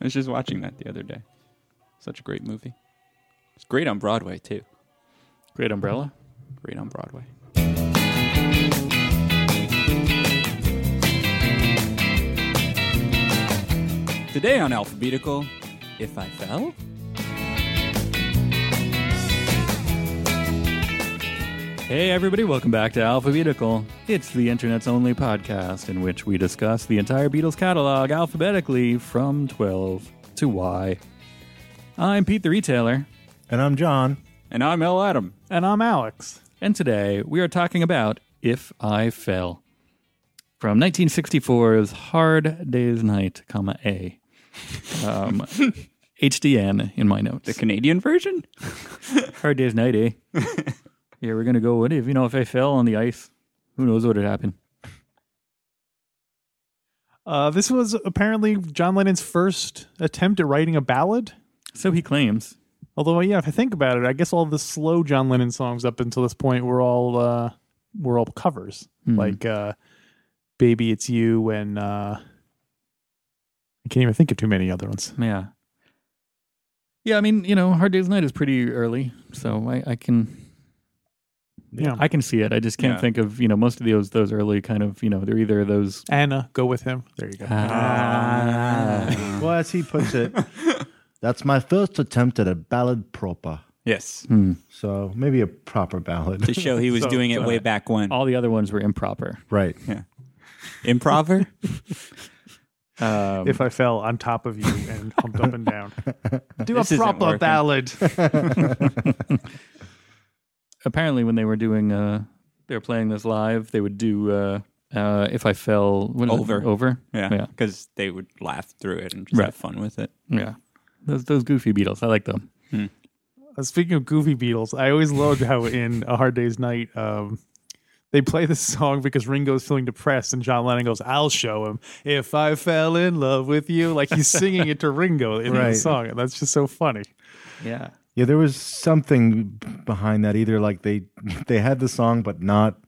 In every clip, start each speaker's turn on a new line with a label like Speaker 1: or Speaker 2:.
Speaker 1: I was just watching that the other day. Such a great movie. It's great on Broadway too.
Speaker 2: Great umbrella.
Speaker 1: Great on Broadway. Today on Alphabetical, if I fell.
Speaker 2: Hey, everybody, welcome back to Alphabetical. It's the internet's only podcast in which we discuss the entire Beatles catalog alphabetically from 12 to Y. I'm Pete the Retailer,
Speaker 3: And I'm John.
Speaker 1: And I'm L. Adam.
Speaker 4: And I'm Alex.
Speaker 2: and today we are talking about If I Fell from 1964's Hard Day's Night, comma A. Um, HDN in my notes.
Speaker 1: The Canadian version?
Speaker 2: Hard Day's Night, eh? yeah, we're going to go, what if, you know, if I fell on the ice, who knows what would happen?
Speaker 4: Uh, this was apparently John Lennon's first attempt at writing a ballad.
Speaker 2: So he claims.
Speaker 4: Although, yeah, if I think about it, I guess all the slow John Lennon songs up until this point were all uh, were all covers,
Speaker 3: Mm-hmm.
Speaker 4: like uh, "Baby It's You" and uh, I can't even think of too many other ones.
Speaker 2: Yeah. Yeah, I mean, you know, Hard Day's Night is pretty early, so I, I can
Speaker 4: Yeah,
Speaker 2: I can see it. I just can't
Speaker 1: Yeah.
Speaker 2: think of you know most of those those early kind of you know they're either those
Speaker 4: Anna, go with him. There you go.
Speaker 2: Ah.
Speaker 3: Well, as he puts it, that's my first attempt at a ballad proper.
Speaker 1: yes.
Speaker 2: Hmm.
Speaker 3: So maybe a proper ballad.
Speaker 1: To show he was doing it
Speaker 2: so- Oh.
Speaker 1: way back when.
Speaker 2: all the other ones were improper.
Speaker 3: right.
Speaker 1: Improver?
Speaker 2: Um,
Speaker 4: if I fell on top of you and humped up and down, do
Speaker 1: This
Speaker 4: a
Speaker 1: isn't
Speaker 4: proper
Speaker 1: working.
Speaker 4: ballad.
Speaker 2: apparently when they were doing uh they were playing this live, they would do uh uh if I fell what is it?
Speaker 1: Over.
Speaker 2: over
Speaker 1: yeah.
Speaker 2: Yeah.
Speaker 1: Because they would laugh through it and just have
Speaker 2: Right.
Speaker 1: fun with it.
Speaker 2: yeah those those goofy Beatles I like them
Speaker 4: Uh, Speaking of goofy Beatles, I always loved how in A Hard Day's Night, um, they play this song because Ringo's feeling depressed, and John Lennon goes, "I'll show him if I fell in love with you." Like he's singing it to Ringo in the
Speaker 3: Right.
Speaker 4: song, and that's just so funny.
Speaker 2: yeah
Speaker 3: Yeah, there was something b- behind that. Either like they they had the song, but not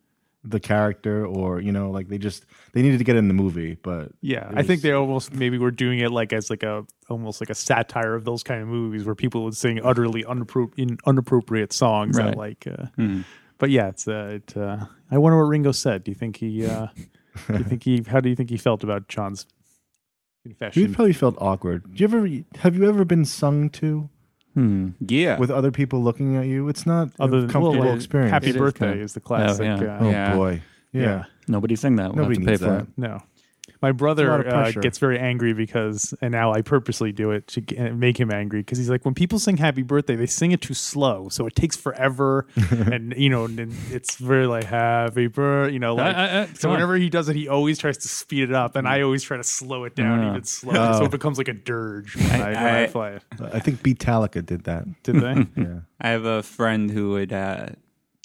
Speaker 3: the character, or you know, like they just they needed to get it in the movie. But
Speaker 4: Yeah,
Speaker 3: it
Speaker 4: I think
Speaker 3: was-
Speaker 4: they almost maybe were doing it like as like a almost like a satire of those kind of movies where people would sing utterly unappro- in unappropriate songs. that,
Speaker 2: Right.
Speaker 4: like, uh,
Speaker 3: Hmm.
Speaker 4: but yeah, it's uh, it, uh, I wonder what Ringo said. Do you think he? Uh, do you think he? How do you think he felt about John's
Speaker 3: you
Speaker 4: confession?
Speaker 3: probably felt awkward. Do you ever have you ever been sung to
Speaker 2: hmm
Speaker 1: Yeah.
Speaker 3: with other people looking at you? It's not
Speaker 4: Other
Speaker 3: a
Speaker 4: than
Speaker 3: comfortable
Speaker 4: well,
Speaker 3: experience.
Speaker 4: Happy
Speaker 2: It is
Speaker 4: birthday
Speaker 2: kind of-
Speaker 4: is the classic.
Speaker 2: yeah.
Speaker 4: Uh,
Speaker 3: oh
Speaker 1: Yeah.
Speaker 3: boy, yeah.
Speaker 4: yeah.
Speaker 2: nobody sang that we'll
Speaker 3: Nobody
Speaker 2: have to pay
Speaker 3: needs
Speaker 2: for
Speaker 3: that.
Speaker 2: it
Speaker 4: No. My
Speaker 3: It's a lot
Speaker 4: brother
Speaker 3: of
Speaker 4: uh,
Speaker 3: pressure.
Speaker 4: gets very angry because, and now I purposely do it to get, make him angry because he's like, when people sing "Happy Birthday," they sing it too slow, so it takes forever, and you know, and it's very like "Happy Birthday," you know, like.
Speaker 2: I- I- I-
Speaker 4: so
Speaker 2: come on.
Speaker 4: whenever he does it, he always tries to speed it up, and
Speaker 3: Mm.
Speaker 4: I always try to slow it down
Speaker 2: Ah.
Speaker 4: even slower, so it becomes like a dirge. When I, when I
Speaker 1: I-
Speaker 4: play it.
Speaker 3: Oh. I think Beatalica did that.
Speaker 4: Did they?
Speaker 3: Yeah.
Speaker 1: I have a friend who would uh,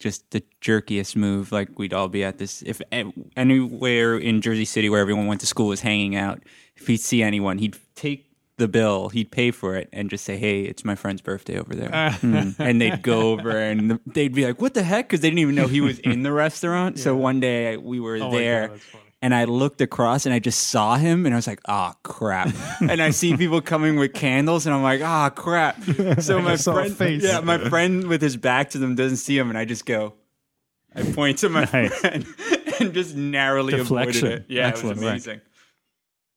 Speaker 1: just the jerkiest move. Like we'd all be at this if a- anywhere in Jersey City where everyone went to school was hanging out. If he'd see anyone, he'd take the bill, he'd pay for it, and just say, "Hey, it's my friend's birthday over there," Mm. and they'd go over and the- they'd be like, "What the heck?" Because they didn't even know he was in the restaurant. So one day we were
Speaker 4: Oh my God,
Speaker 1: there.
Speaker 4: that's funny.
Speaker 1: And I looked across and I just saw him and I was like, ah, crap. and I see people coming with candles and I'm like, ah, crap. So my
Speaker 4: saw a
Speaker 1: friend,
Speaker 4: face.
Speaker 1: yeah, my friend with his back to them doesn't see him and I just go, I point to my
Speaker 2: Nice.
Speaker 1: friend and just narrowly
Speaker 2: Deflection.
Speaker 1: avoided it. Yeah,
Speaker 2: Excellent,
Speaker 1: it was
Speaker 2: right.
Speaker 1: amazing.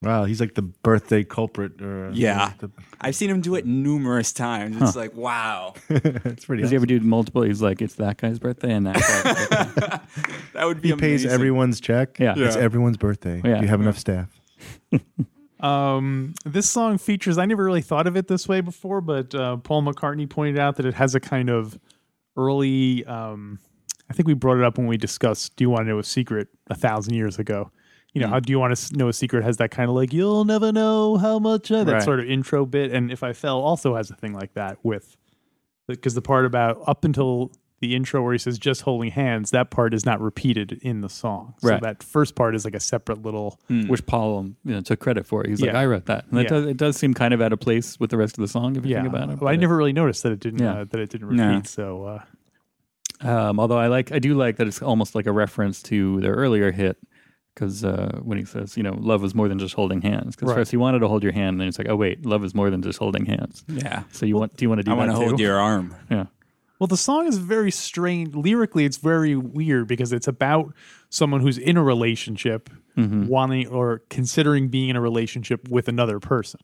Speaker 3: Wow, he's like the birthday culprit. Or uh,
Speaker 1: Yeah.
Speaker 3: the-
Speaker 1: I've seen him do it numerous times. It's like, wow,
Speaker 3: it's pretty.
Speaker 2: does he ever do multiple he's like it's that guy's birthday and that guy's birthday.
Speaker 1: that would be
Speaker 3: He pays
Speaker 1: amazing.
Speaker 3: everyone's check.
Speaker 2: Yeah.
Speaker 3: it's
Speaker 1: Yeah.
Speaker 3: everyone's birthday.
Speaker 2: Yeah.
Speaker 3: You have enough staff.
Speaker 4: Um, this song features, I never really thought of it this way before, but uh, Paul McCartney pointed out that it has a kind of early, um, I think we brought it up when we discussed Do You Want to Know a Secret a thousand years ago. You know,
Speaker 2: Hmm.
Speaker 4: how Do You Want to Know a Secret has that kind of like, you'll never know how much, uh, that
Speaker 2: Right.
Speaker 4: sort of intro bit. And If I Fell also has a thing like that with, because the part about up until the intro where he says just holding hands, that part is not repeated in the song.
Speaker 2: Right.
Speaker 4: So that first part is like a separate little.
Speaker 2: which Paul um, you know, took credit for. He's like,
Speaker 4: Hmm. Yeah.
Speaker 2: I wrote that. And that
Speaker 4: Yeah.
Speaker 2: does, it does seem kind of out of place with the rest of the song if you
Speaker 4: yeah.
Speaker 2: think about it.
Speaker 4: Well, I
Speaker 2: but-
Speaker 4: never really noticed that it didn't
Speaker 2: Yeah.
Speaker 4: uh, that it didn't repeat.
Speaker 1: No.
Speaker 4: So uh,
Speaker 2: Um, although I like, I do like that it's almost like a reference to their earlier hit, because uh, when he says, you know, love is more than just holding hands. Because
Speaker 4: Right.
Speaker 2: first he wanted to hold your hand, and then it's like, oh wait, love is more than just holding hands.
Speaker 1: Yeah.
Speaker 2: So you want? Do you want to do
Speaker 1: I
Speaker 2: that
Speaker 1: want to
Speaker 2: too?
Speaker 1: hold your arm.
Speaker 2: Yeah.
Speaker 4: Well, the song is very strange. Lyrically, it's very weird because it's about someone who's in a relationship
Speaker 2: Mm-hmm.
Speaker 4: wanting or considering being in a relationship with another person.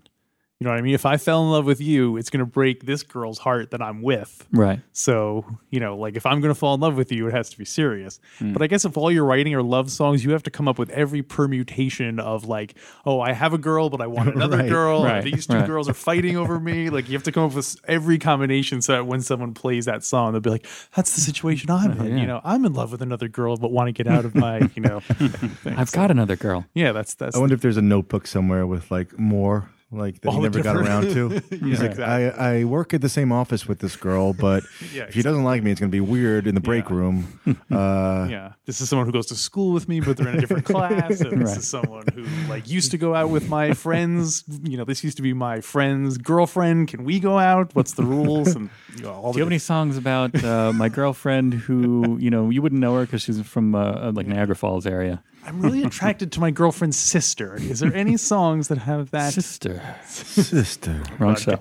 Speaker 4: You know what I mean? If I fell in love with you, it's going to break this girl's heart that I'm with.
Speaker 2: Right.
Speaker 4: So, you know, like if I'm going to fall in love with you, it has to be serious. But I guess if all you're writing are love songs, you have to come up with every permutation of like, oh, I have a girl, but I want another
Speaker 3: Right,
Speaker 4: girl. and
Speaker 2: right,
Speaker 4: These two
Speaker 2: right.
Speaker 4: girls are fighting over me. Like you have to come up with every combination so that when someone plays that song, they'll be like, that's the situation I'm in. You know, I'm in love with another girl, but want to get out of my, you know, thing.
Speaker 2: I've got another girl.
Speaker 4: yeah, that's, that's,
Speaker 3: I wonder if there's a notebook somewhere with like more like that
Speaker 4: All
Speaker 3: he
Speaker 4: the
Speaker 3: never got
Speaker 4: different-
Speaker 3: around to. He's like, I, I work at the same office with this girl, but
Speaker 4: Yeah,
Speaker 3: if she doesn't like me, it's going to be weird in the break room. Uh,
Speaker 4: yeah, this is someone who goes to school with me, but they're in a different class. And This is someone who like used to go out with my friends. You know, this used to be my friend's girlfriend. Can we go out? What's the rules? And you know, all
Speaker 2: Do you have
Speaker 4: the
Speaker 2: any songs about uh, my girlfriend who you know you wouldn't know her because she's from uh, like Niagara Falls area?
Speaker 4: I'm really attracted to my girlfriend's sister. Is there any songs that have that?
Speaker 2: Sister.
Speaker 3: Sister.
Speaker 2: Wrong show.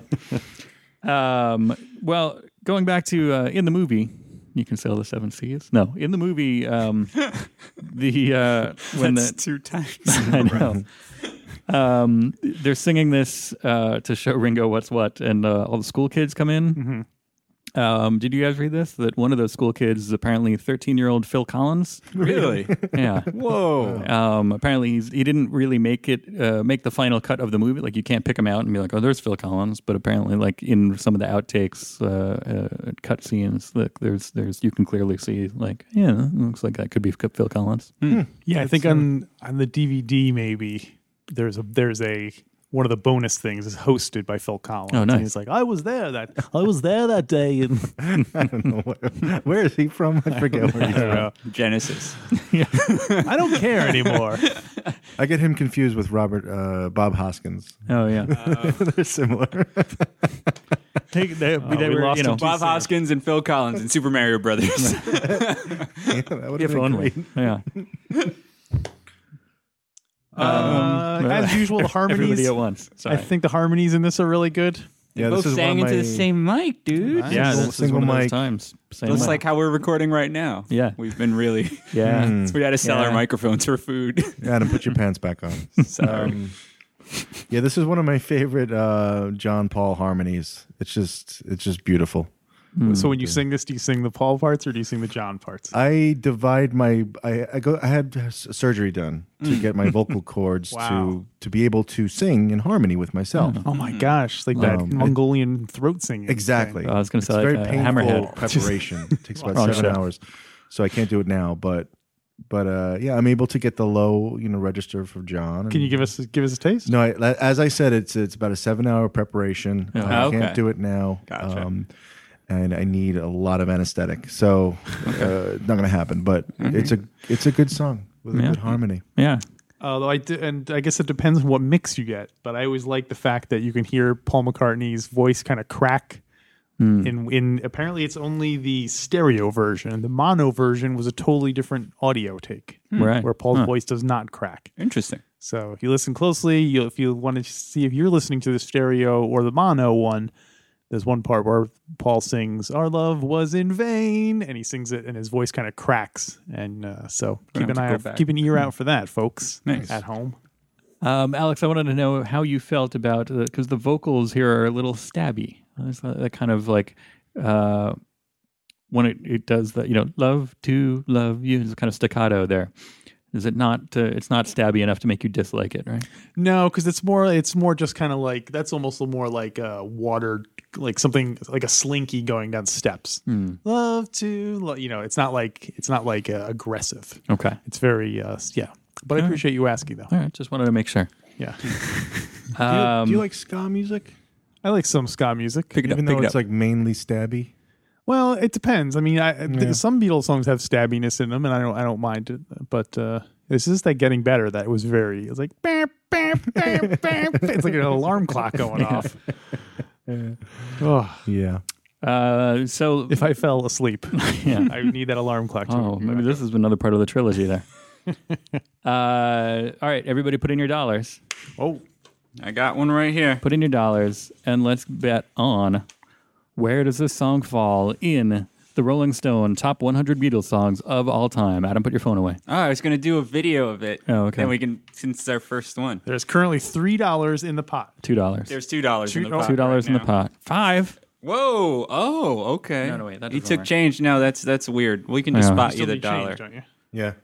Speaker 2: um, well, going back to uh, in the movie, you can sail the seven seas. No, in the movie, um, the uh, when
Speaker 1: That's
Speaker 2: the
Speaker 1: two times.
Speaker 2: I know. Um, they're singing this uh, to show Ringo what's what, and uh, all the school kids come in. Um, did you guys read this? That one of those school kids is apparently 13 year old Phil Collins.
Speaker 1: really?
Speaker 2: Yeah.
Speaker 1: Whoa.
Speaker 2: Um, apparently, he's, he didn't really make it uh, make the final cut of the movie. Like you can't pick him out and be like, "Oh, there's Phil Collins." But apparently, like in some of the outtakes, uh, uh, cut scenes, like there's there's you can clearly see like, yeah, it looks like that could be Phil Collins.
Speaker 4: Yeah, I think on on the DVD maybe there's a there's a one of the bonus things is hosted by Phil Collins.
Speaker 2: Oh, nice.
Speaker 4: And he's like, I was there that I was there that day. And
Speaker 3: I don't know. Where, where is he from? I forget where he's from.
Speaker 1: Genesis.
Speaker 4: I don't care anymore.
Speaker 3: I get him confused with Robert uh, Bob Hoskins.
Speaker 2: Oh yeah,
Speaker 3: They're similar.
Speaker 2: Take, they, they
Speaker 4: Uh, we
Speaker 2: were,
Speaker 4: lost
Speaker 2: you know,
Speaker 4: him.
Speaker 1: Bob Hoskins and Phil Collins and Super Mario Brothers.
Speaker 3: yeah, that would
Speaker 2: if only. Yeah, Um,
Speaker 4: uh, as usual, the
Speaker 2: everybody
Speaker 4: harmonies.
Speaker 2: at once. Sorry.
Speaker 4: I think the harmonies in this are really good.
Speaker 3: Yeah,
Speaker 1: Both sang into the same mic, dude.
Speaker 2: yeah,
Speaker 3: Single-
Speaker 2: this is
Speaker 3: single
Speaker 2: one of those
Speaker 3: mic.
Speaker 2: times. Same
Speaker 1: Looks
Speaker 2: mic.
Speaker 1: like Hmm. how we're recording right now.
Speaker 2: Yeah.
Speaker 1: We've been really.
Speaker 2: yeah.
Speaker 3: Hmm.
Speaker 1: We had to sell
Speaker 2: Yeah.
Speaker 1: our microphones for food.
Speaker 3: Adam, put your pants back on. Um,
Speaker 1: Sorry.
Speaker 3: Yeah, this is one of my favorite uh, John Paul harmonies. It's just, it's just beautiful.
Speaker 2: Hmm.
Speaker 4: So when you sing this, do you sing the Paul parts or do you sing the John parts?
Speaker 2: Uh,
Speaker 3: I divide my I, I go I had s- surgery done to get my vocal cords
Speaker 4: Wow.
Speaker 3: to to be able to sing in harmony with myself.
Speaker 4: oh
Speaker 2: hmm.
Speaker 4: my gosh, like that
Speaker 3: Um,
Speaker 4: Mongolian throat singing.
Speaker 3: Exactly.
Speaker 2: I was gonna
Speaker 3: It's
Speaker 2: say,
Speaker 3: very
Speaker 2: uh,
Speaker 3: painful
Speaker 2: Hammerhead.
Speaker 3: preparation. takes about
Speaker 2: Wrong
Speaker 3: seven
Speaker 2: show.
Speaker 3: hours, so I can't do it now. But but uh, yeah, I'm able to get the low you know register for John. and-
Speaker 4: Can you give us give us a taste?
Speaker 3: No, I, la- as I said, it's it's about a seven hour preparation. I
Speaker 1: Oh, okay.
Speaker 3: can't do it now.
Speaker 1: Gotcha.
Speaker 3: um, and I need a lot of anesthetic, so uh, not gonna happen. But it's a it's a good song with a
Speaker 2: Yeah.
Speaker 3: good harmony.
Speaker 2: yeah.
Speaker 4: Although Uh, I do, and I guess it depends on what mix you get. But I always like the fact that you can hear Paul McCartney's voice kind of crack.
Speaker 2: Hmm.
Speaker 4: In in apparently it's only the stereo version. The mono version was a totally different audio take,
Speaker 2: Right.
Speaker 4: where Paul's
Speaker 2: Huh.
Speaker 4: voice does not crack.
Speaker 1: Interesting.
Speaker 4: So if you listen closely, you if you want to see if you're listening to the stereo or the mono one, there's one part where Paul sings "Our love was in vain," and he sings it, and his voice kind of cracks. And uh, so keep
Speaker 1: have
Speaker 4: an
Speaker 1: to
Speaker 4: eye,
Speaker 1: go
Speaker 4: out,
Speaker 1: back.
Speaker 4: keep an ear out for that, folks.
Speaker 1: Nice.
Speaker 4: At home,
Speaker 2: Um, Alex, I wanted to know how you felt about because the vocals here are a little stabby. It's that, that kind of like uh, when it, it does that, you know, love to love you. It's kind of staccato there. Is it not? Uh, it's not stabby enough to make you dislike it, right?
Speaker 4: no, because it's more, it's more just kind of like that's almost a more like uh, water, like something like a slinky going down steps.
Speaker 1: Hmm.
Speaker 4: Love to, lo- you know, it's not like it's not like uh, aggressive.
Speaker 2: Okay.
Speaker 4: It's very, uh, s- yeah. But I appreciate you asking though.
Speaker 2: All right. Just wanted to make sure.
Speaker 4: Yeah.
Speaker 3: Do you,
Speaker 2: Um,
Speaker 3: do you like ska music?
Speaker 4: I like some ska music.
Speaker 1: Pick it
Speaker 3: Even
Speaker 1: up. Pick
Speaker 3: though
Speaker 1: it
Speaker 3: it's
Speaker 1: up.
Speaker 3: like mainly stabby.
Speaker 4: Well, it depends. I mean, I, th- some Beatles songs have stabbiness in them, and I don't, I don't mind it. But uh, it's just that getting better that was very. It's like, bam, bam, bam, bam. it's like an alarm clock going off. Oh,
Speaker 3: Yeah.
Speaker 2: uh, so
Speaker 4: if I fell asleep,
Speaker 2: yeah.
Speaker 4: I would need that alarm clock. To
Speaker 2: Oh, maybe this is another part of the trilogy there. Uh, all right, everybody, put in your dollars.
Speaker 4: Oh,
Speaker 1: I got one right here.
Speaker 2: Put in your dollars, and let's bet on where does this song fall in the Rolling Stone top 100 Beatles songs of all time. Adam, put your phone away.
Speaker 1: Oh, I was gonna do a video of it.
Speaker 2: Oh, okay.
Speaker 1: Then we can since it's our first one.
Speaker 4: there's currently three dollars in the pot.
Speaker 2: Two dollars.
Speaker 1: There's two dollars in the
Speaker 4: Two- oh.
Speaker 1: pot.
Speaker 2: Two dollars
Speaker 1: right
Speaker 2: in the
Speaker 1: now.
Speaker 2: pot. Five.
Speaker 1: Whoa! Oh, okay.
Speaker 2: No, no, wait, that
Speaker 1: he
Speaker 2: doesn't
Speaker 1: took
Speaker 2: work.
Speaker 1: change. No, that's that's weird. We can just
Speaker 2: Yeah.
Speaker 1: spot you
Speaker 4: Still
Speaker 1: the
Speaker 4: need change,
Speaker 1: dollar.
Speaker 4: don't you?
Speaker 3: Yeah.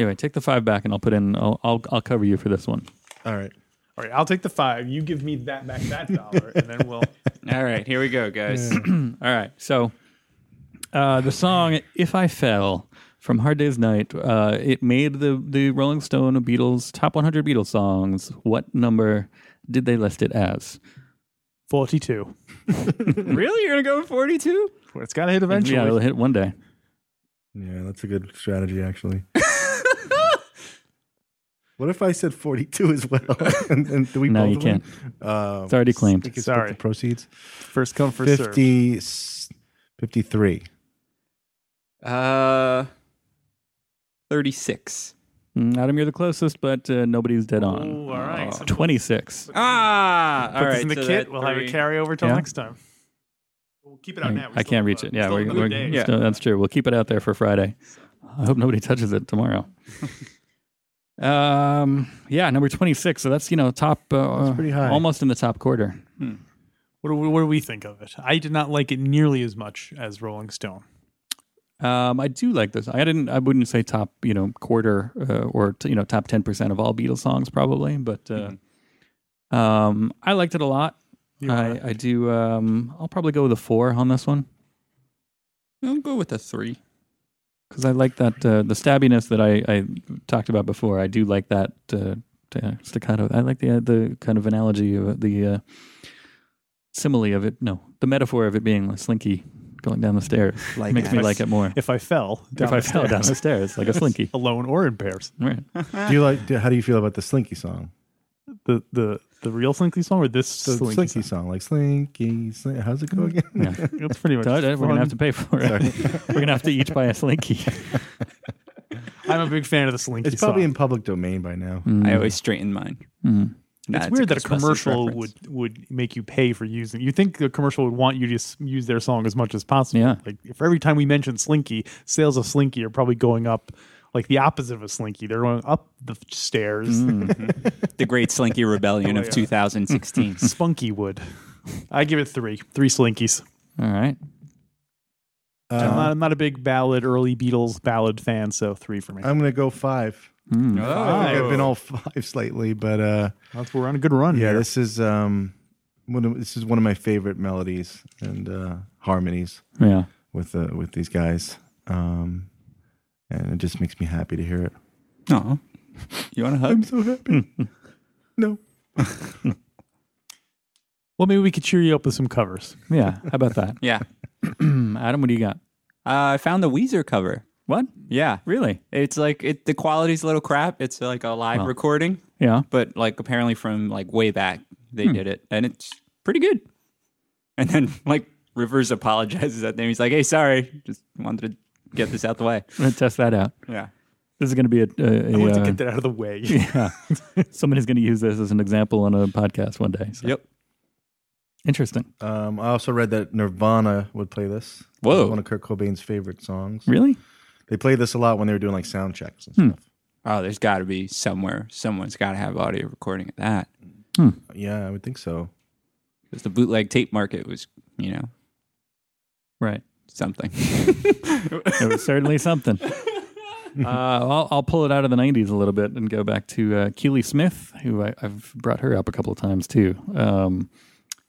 Speaker 2: Anyway, take the five back, and I'll put in. I'll I'll, I'll cover you for this one.
Speaker 3: All right.
Speaker 4: All right, I'll take the five. You give me that back that dollar, and then we'll.
Speaker 1: All right, here we go, guys.
Speaker 2: All right. So uh, the song "If I Fell" from Hard Day's Night uh, it made the the Rolling Stone Beatles top 100 Beatles songs. What number did they list it as?
Speaker 4: Forty-two.
Speaker 1: really, you're gonna go forty-two?
Speaker 4: Well, It's got to hit eventually.
Speaker 2: Yeah, it'll hit one day.
Speaker 3: Yeah, that's a good strategy, actually. what if I said 42 as well? and, and do we
Speaker 2: No,
Speaker 3: both
Speaker 2: you
Speaker 3: win?
Speaker 2: can't.
Speaker 3: Um,
Speaker 2: It's already claimed.
Speaker 3: we can split
Speaker 4: Sorry.
Speaker 3: The proceeds.
Speaker 4: First come, first serve.
Speaker 3: 50, s- 53.
Speaker 1: Uh, thirty-six.
Speaker 2: Mm, Adam, you're the closest, but uh, nobody's dead on.
Speaker 1: Oh,
Speaker 4: Ooh, all right.
Speaker 2: Oh,
Speaker 4: So
Speaker 2: 26.
Speaker 1: Ah, all
Speaker 4: Put
Speaker 1: right.
Speaker 4: this in the
Speaker 1: so
Speaker 4: kit.
Speaker 1: that
Speaker 4: We'll have
Speaker 1: three-
Speaker 4: it carry over till
Speaker 2: Yeah.
Speaker 4: next time. We'll keep it out now.
Speaker 2: Hmm, I can't reach it. Yeah, we're, we're,
Speaker 1: Yeah.
Speaker 2: still- that's true. We'll keep it out there for Friday. I hope nobody touches it tomorrow. um, yeah, number 26. So that's, you know, top, uh,
Speaker 3: pretty high.
Speaker 2: almost in the top quarter.
Speaker 4: What do, we, what do we think of it? I did not like it nearly as much as Rolling Stone.
Speaker 2: Um, I do like this. I didn't, I wouldn't say top, you know, quarter uh, or, t- you know, top 10% of all Beatles songs probably, but, uh,
Speaker 4: Mm-hmm.
Speaker 2: um, I liked it a lot. I, I do, um, I'll probably go with a four on this one.
Speaker 1: I'll go with a three.
Speaker 2: because I like that uh, the stabbiness that I, I talked about before. I do like that uh, uh, staccato. I like the uh, the kind of analogy of it, the uh, simile of it. No, the metaphor of it being slinky going down the stairs
Speaker 1: Like
Speaker 2: makes me like it more.
Speaker 4: If I fell,
Speaker 2: If I fell down the stairs like a slinky,
Speaker 4: alone or in pairs,
Speaker 2: right?
Speaker 3: do you like? Do, how do you feel about the Slinky song?
Speaker 4: the the the real Slinky song or this
Speaker 3: The Slinky,
Speaker 4: Slinky, song?
Speaker 3: song. like Slinky. Slin- how's it go again?
Speaker 2: Yeah.
Speaker 4: That's pretty much.
Speaker 2: We're gonna
Speaker 4: fun.
Speaker 2: have to pay for it. We're gonna have to each buy a slinky.
Speaker 4: I'm a big fan of the Slinky
Speaker 3: It's probably
Speaker 4: song.
Speaker 3: in public domain by now.
Speaker 1: I always straighten mine.
Speaker 4: Mm-hmm.
Speaker 2: Mm.
Speaker 1: Nah,
Speaker 4: it's weird that a
Speaker 1: Ghostbusters
Speaker 4: commercial
Speaker 1: reference.
Speaker 4: would would make you pay for using. You think the commercial would want you to s- use their song as much as possible?
Speaker 2: Yeah.
Speaker 4: Like for every time we mention Slinky, sales of Slinky are probably going up. Like the opposite of a Slinky, they're going up the f- stairs.
Speaker 1: the Great
Speaker 3: Oh,
Speaker 1: Slinky Rebellion of 2016.
Speaker 4: Spunky would. I give it three, three Slinkies.
Speaker 2: All right.
Speaker 4: I'm, not,
Speaker 3: Um,
Speaker 4: I'm not a big ballad, early Beatles ballad fan, so three for me.
Speaker 3: I'm gonna go five.
Speaker 2: Mm.
Speaker 3: I
Speaker 1: Oh.
Speaker 3: think I've been all fives lately, but uh,
Speaker 4: That's- we're on a good run
Speaker 3: yeah,
Speaker 4: here.
Speaker 3: this is um, one of, this is one of my favorite melodies and uh, harmonies
Speaker 2: Yeah.
Speaker 3: with uh, with these guys, um, and it just makes me happy to hear it.
Speaker 1: Aw. You want to hug?
Speaker 3: so happy. no,
Speaker 4: well, maybe we could cheer you up with some covers.
Speaker 2: Yeah. How about that, Hmm.
Speaker 1: Yeah.
Speaker 2: Adam? What do you got?
Speaker 1: Uh, I found the Weezer cover.
Speaker 2: What?
Speaker 1: Yeah.
Speaker 2: Really?
Speaker 1: It's like it, the quality's a little crap. It's like a live
Speaker 2: Wow.
Speaker 1: recording,
Speaker 2: Yeah.
Speaker 1: but like apparently from like way back they did it, and it's pretty good. And then like Rivers apologizes at them. He's like, "Hey, sorry, just wanted to get this out the way."
Speaker 2: I'm gonna test that out.
Speaker 1: Yeah.
Speaker 2: This is gonna be a. a, a
Speaker 4: I want
Speaker 2: uh,
Speaker 4: to get that out of the way.
Speaker 2: Yeah. Somebody's going to use this as an example on a podcast one day. So.
Speaker 1: Yep.
Speaker 2: Interesting.
Speaker 3: um, I also read that Nirvana would play this.
Speaker 1: Whoa.
Speaker 3: It's one of Kurt Cobain's favorite songs.
Speaker 2: Really?
Speaker 3: They played this a lot when they were doing like sound checks and stuff.
Speaker 1: Oh, there's got to be somewhere. Someone's got to have audio recording of that
Speaker 3: Yeah, I would think so.
Speaker 1: because the bootleg tape market was, you know,
Speaker 2: Right.
Speaker 1: something.
Speaker 2: It was certainly something. Uh, I'll, I'll pull it out of the 90s a little bit and go back to uh, Keely Smith, who I, I've brought her up a couple of times too. Um,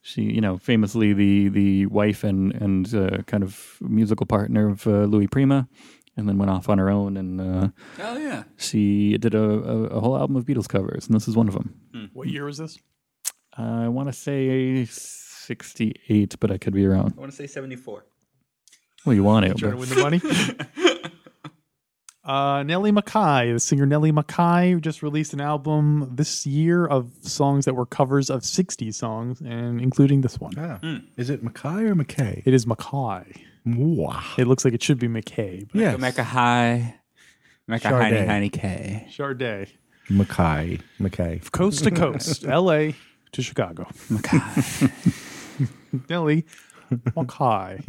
Speaker 2: she, you know, famously the the wife and and uh, kind of musical partner of uh, Louis Prima, and then went off on her own. And uh,
Speaker 1: oh yeah.
Speaker 2: she did a, a, a whole album of Beatles covers, and this is one of them.
Speaker 4: What year was this?
Speaker 2: I want to say 68, but I could be wrong.
Speaker 1: I want to say 74.
Speaker 2: Well, you want it.
Speaker 4: Trying to
Speaker 2: But,
Speaker 4: win the money. Uh, Nellie Mackay, the singer Nellie Mackay, just released an album this year of songs that were covers of 60 songs, and including this one.
Speaker 3: Yeah,
Speaker 1: Hmm.
Speaker 3: is it Mackay or McKay?
Speaker 4: It is Mackay.
Speaker 3: Mwah.
Speaker 4: It looks like it should be McKay. But
Speaker 3: Yes.
Speaker 1: Jamaica High. Like a
Speaker 3: Sade.
Speaker 1: Heine Heineke.
Speaker 4: Charday.
Speaker 3: Mackay. Mackay.
Speaker 4: Coast to coast, LA to Chicago,
Speaker 1: Oh
Speaker 4: Delhi, Mackay.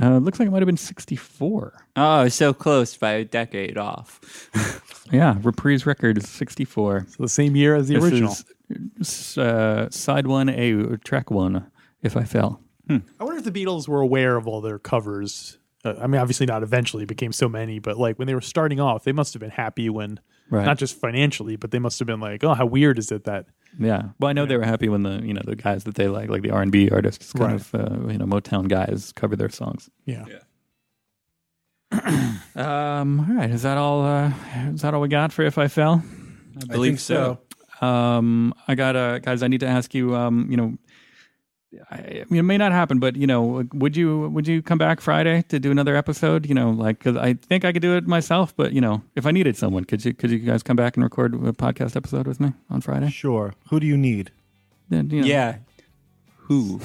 Speaker 2: Uh, it looks like it might have been 64.
Speaker 1: Oh, so close by a decade off.
Speaker 2: Yeah, Reprise Records 64.
Speaker 4: So the same year as the original.
Speaker 2: This is, uh, side one A, or track one, if I fell.
Speaker 4: I wonder if the Beatles were aware of all their covers. Uh, I mean, obviously not eventually, it became so many, but like when they were starting off, they must have been happy when,
Speaker 2: Right.
Speaker 4: not just financially, but they must have been like, oh, how weird is it that
Speaker 2: Yeah. Well, I know they were happy when the you know the guys that they like, like the R and B artists, kind
Speaker 4: Right.
Speaker 2: of uh, you know Motown guys, cover their songs.
Speaker 4: Yeah.
Speaker 2: Um. All right. Is that all? Uh, is that all we got for if I fell?
Speaker 1: I believe so.
Speaker 2: Um. I got uh, guys. I need to ask you. Um. You know. I, I mean, it may not happen, but you know, would you would you come back Friday to do another episode? You know, like because I think I could do it myself, but you know, if I needed someone, could you could you guys come back and record a podcast episode with me on Friday?
Speaker 3: Sure. Who do you need?
Speaker 2: Then, you know,
Speaker 1: Yeah. Who?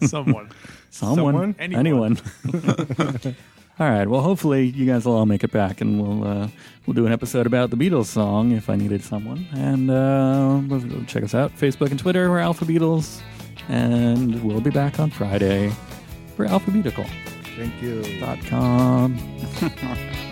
Speaker 4: someone?
Speaker 2: Someone,
Speaker 3: Someone?
Speaker 2: anyone. all right. Well, hopefully you guys will all make it back, and we'll uh, we'll do an episode about the Beatles song if I needed someone. And uh, we'll- check us out Facebook and Twitter. We're Alpha Beatles, and we'll be back on Friday for alphabetical.com.
Speaker 3: Thank you.
Speaker 2: com.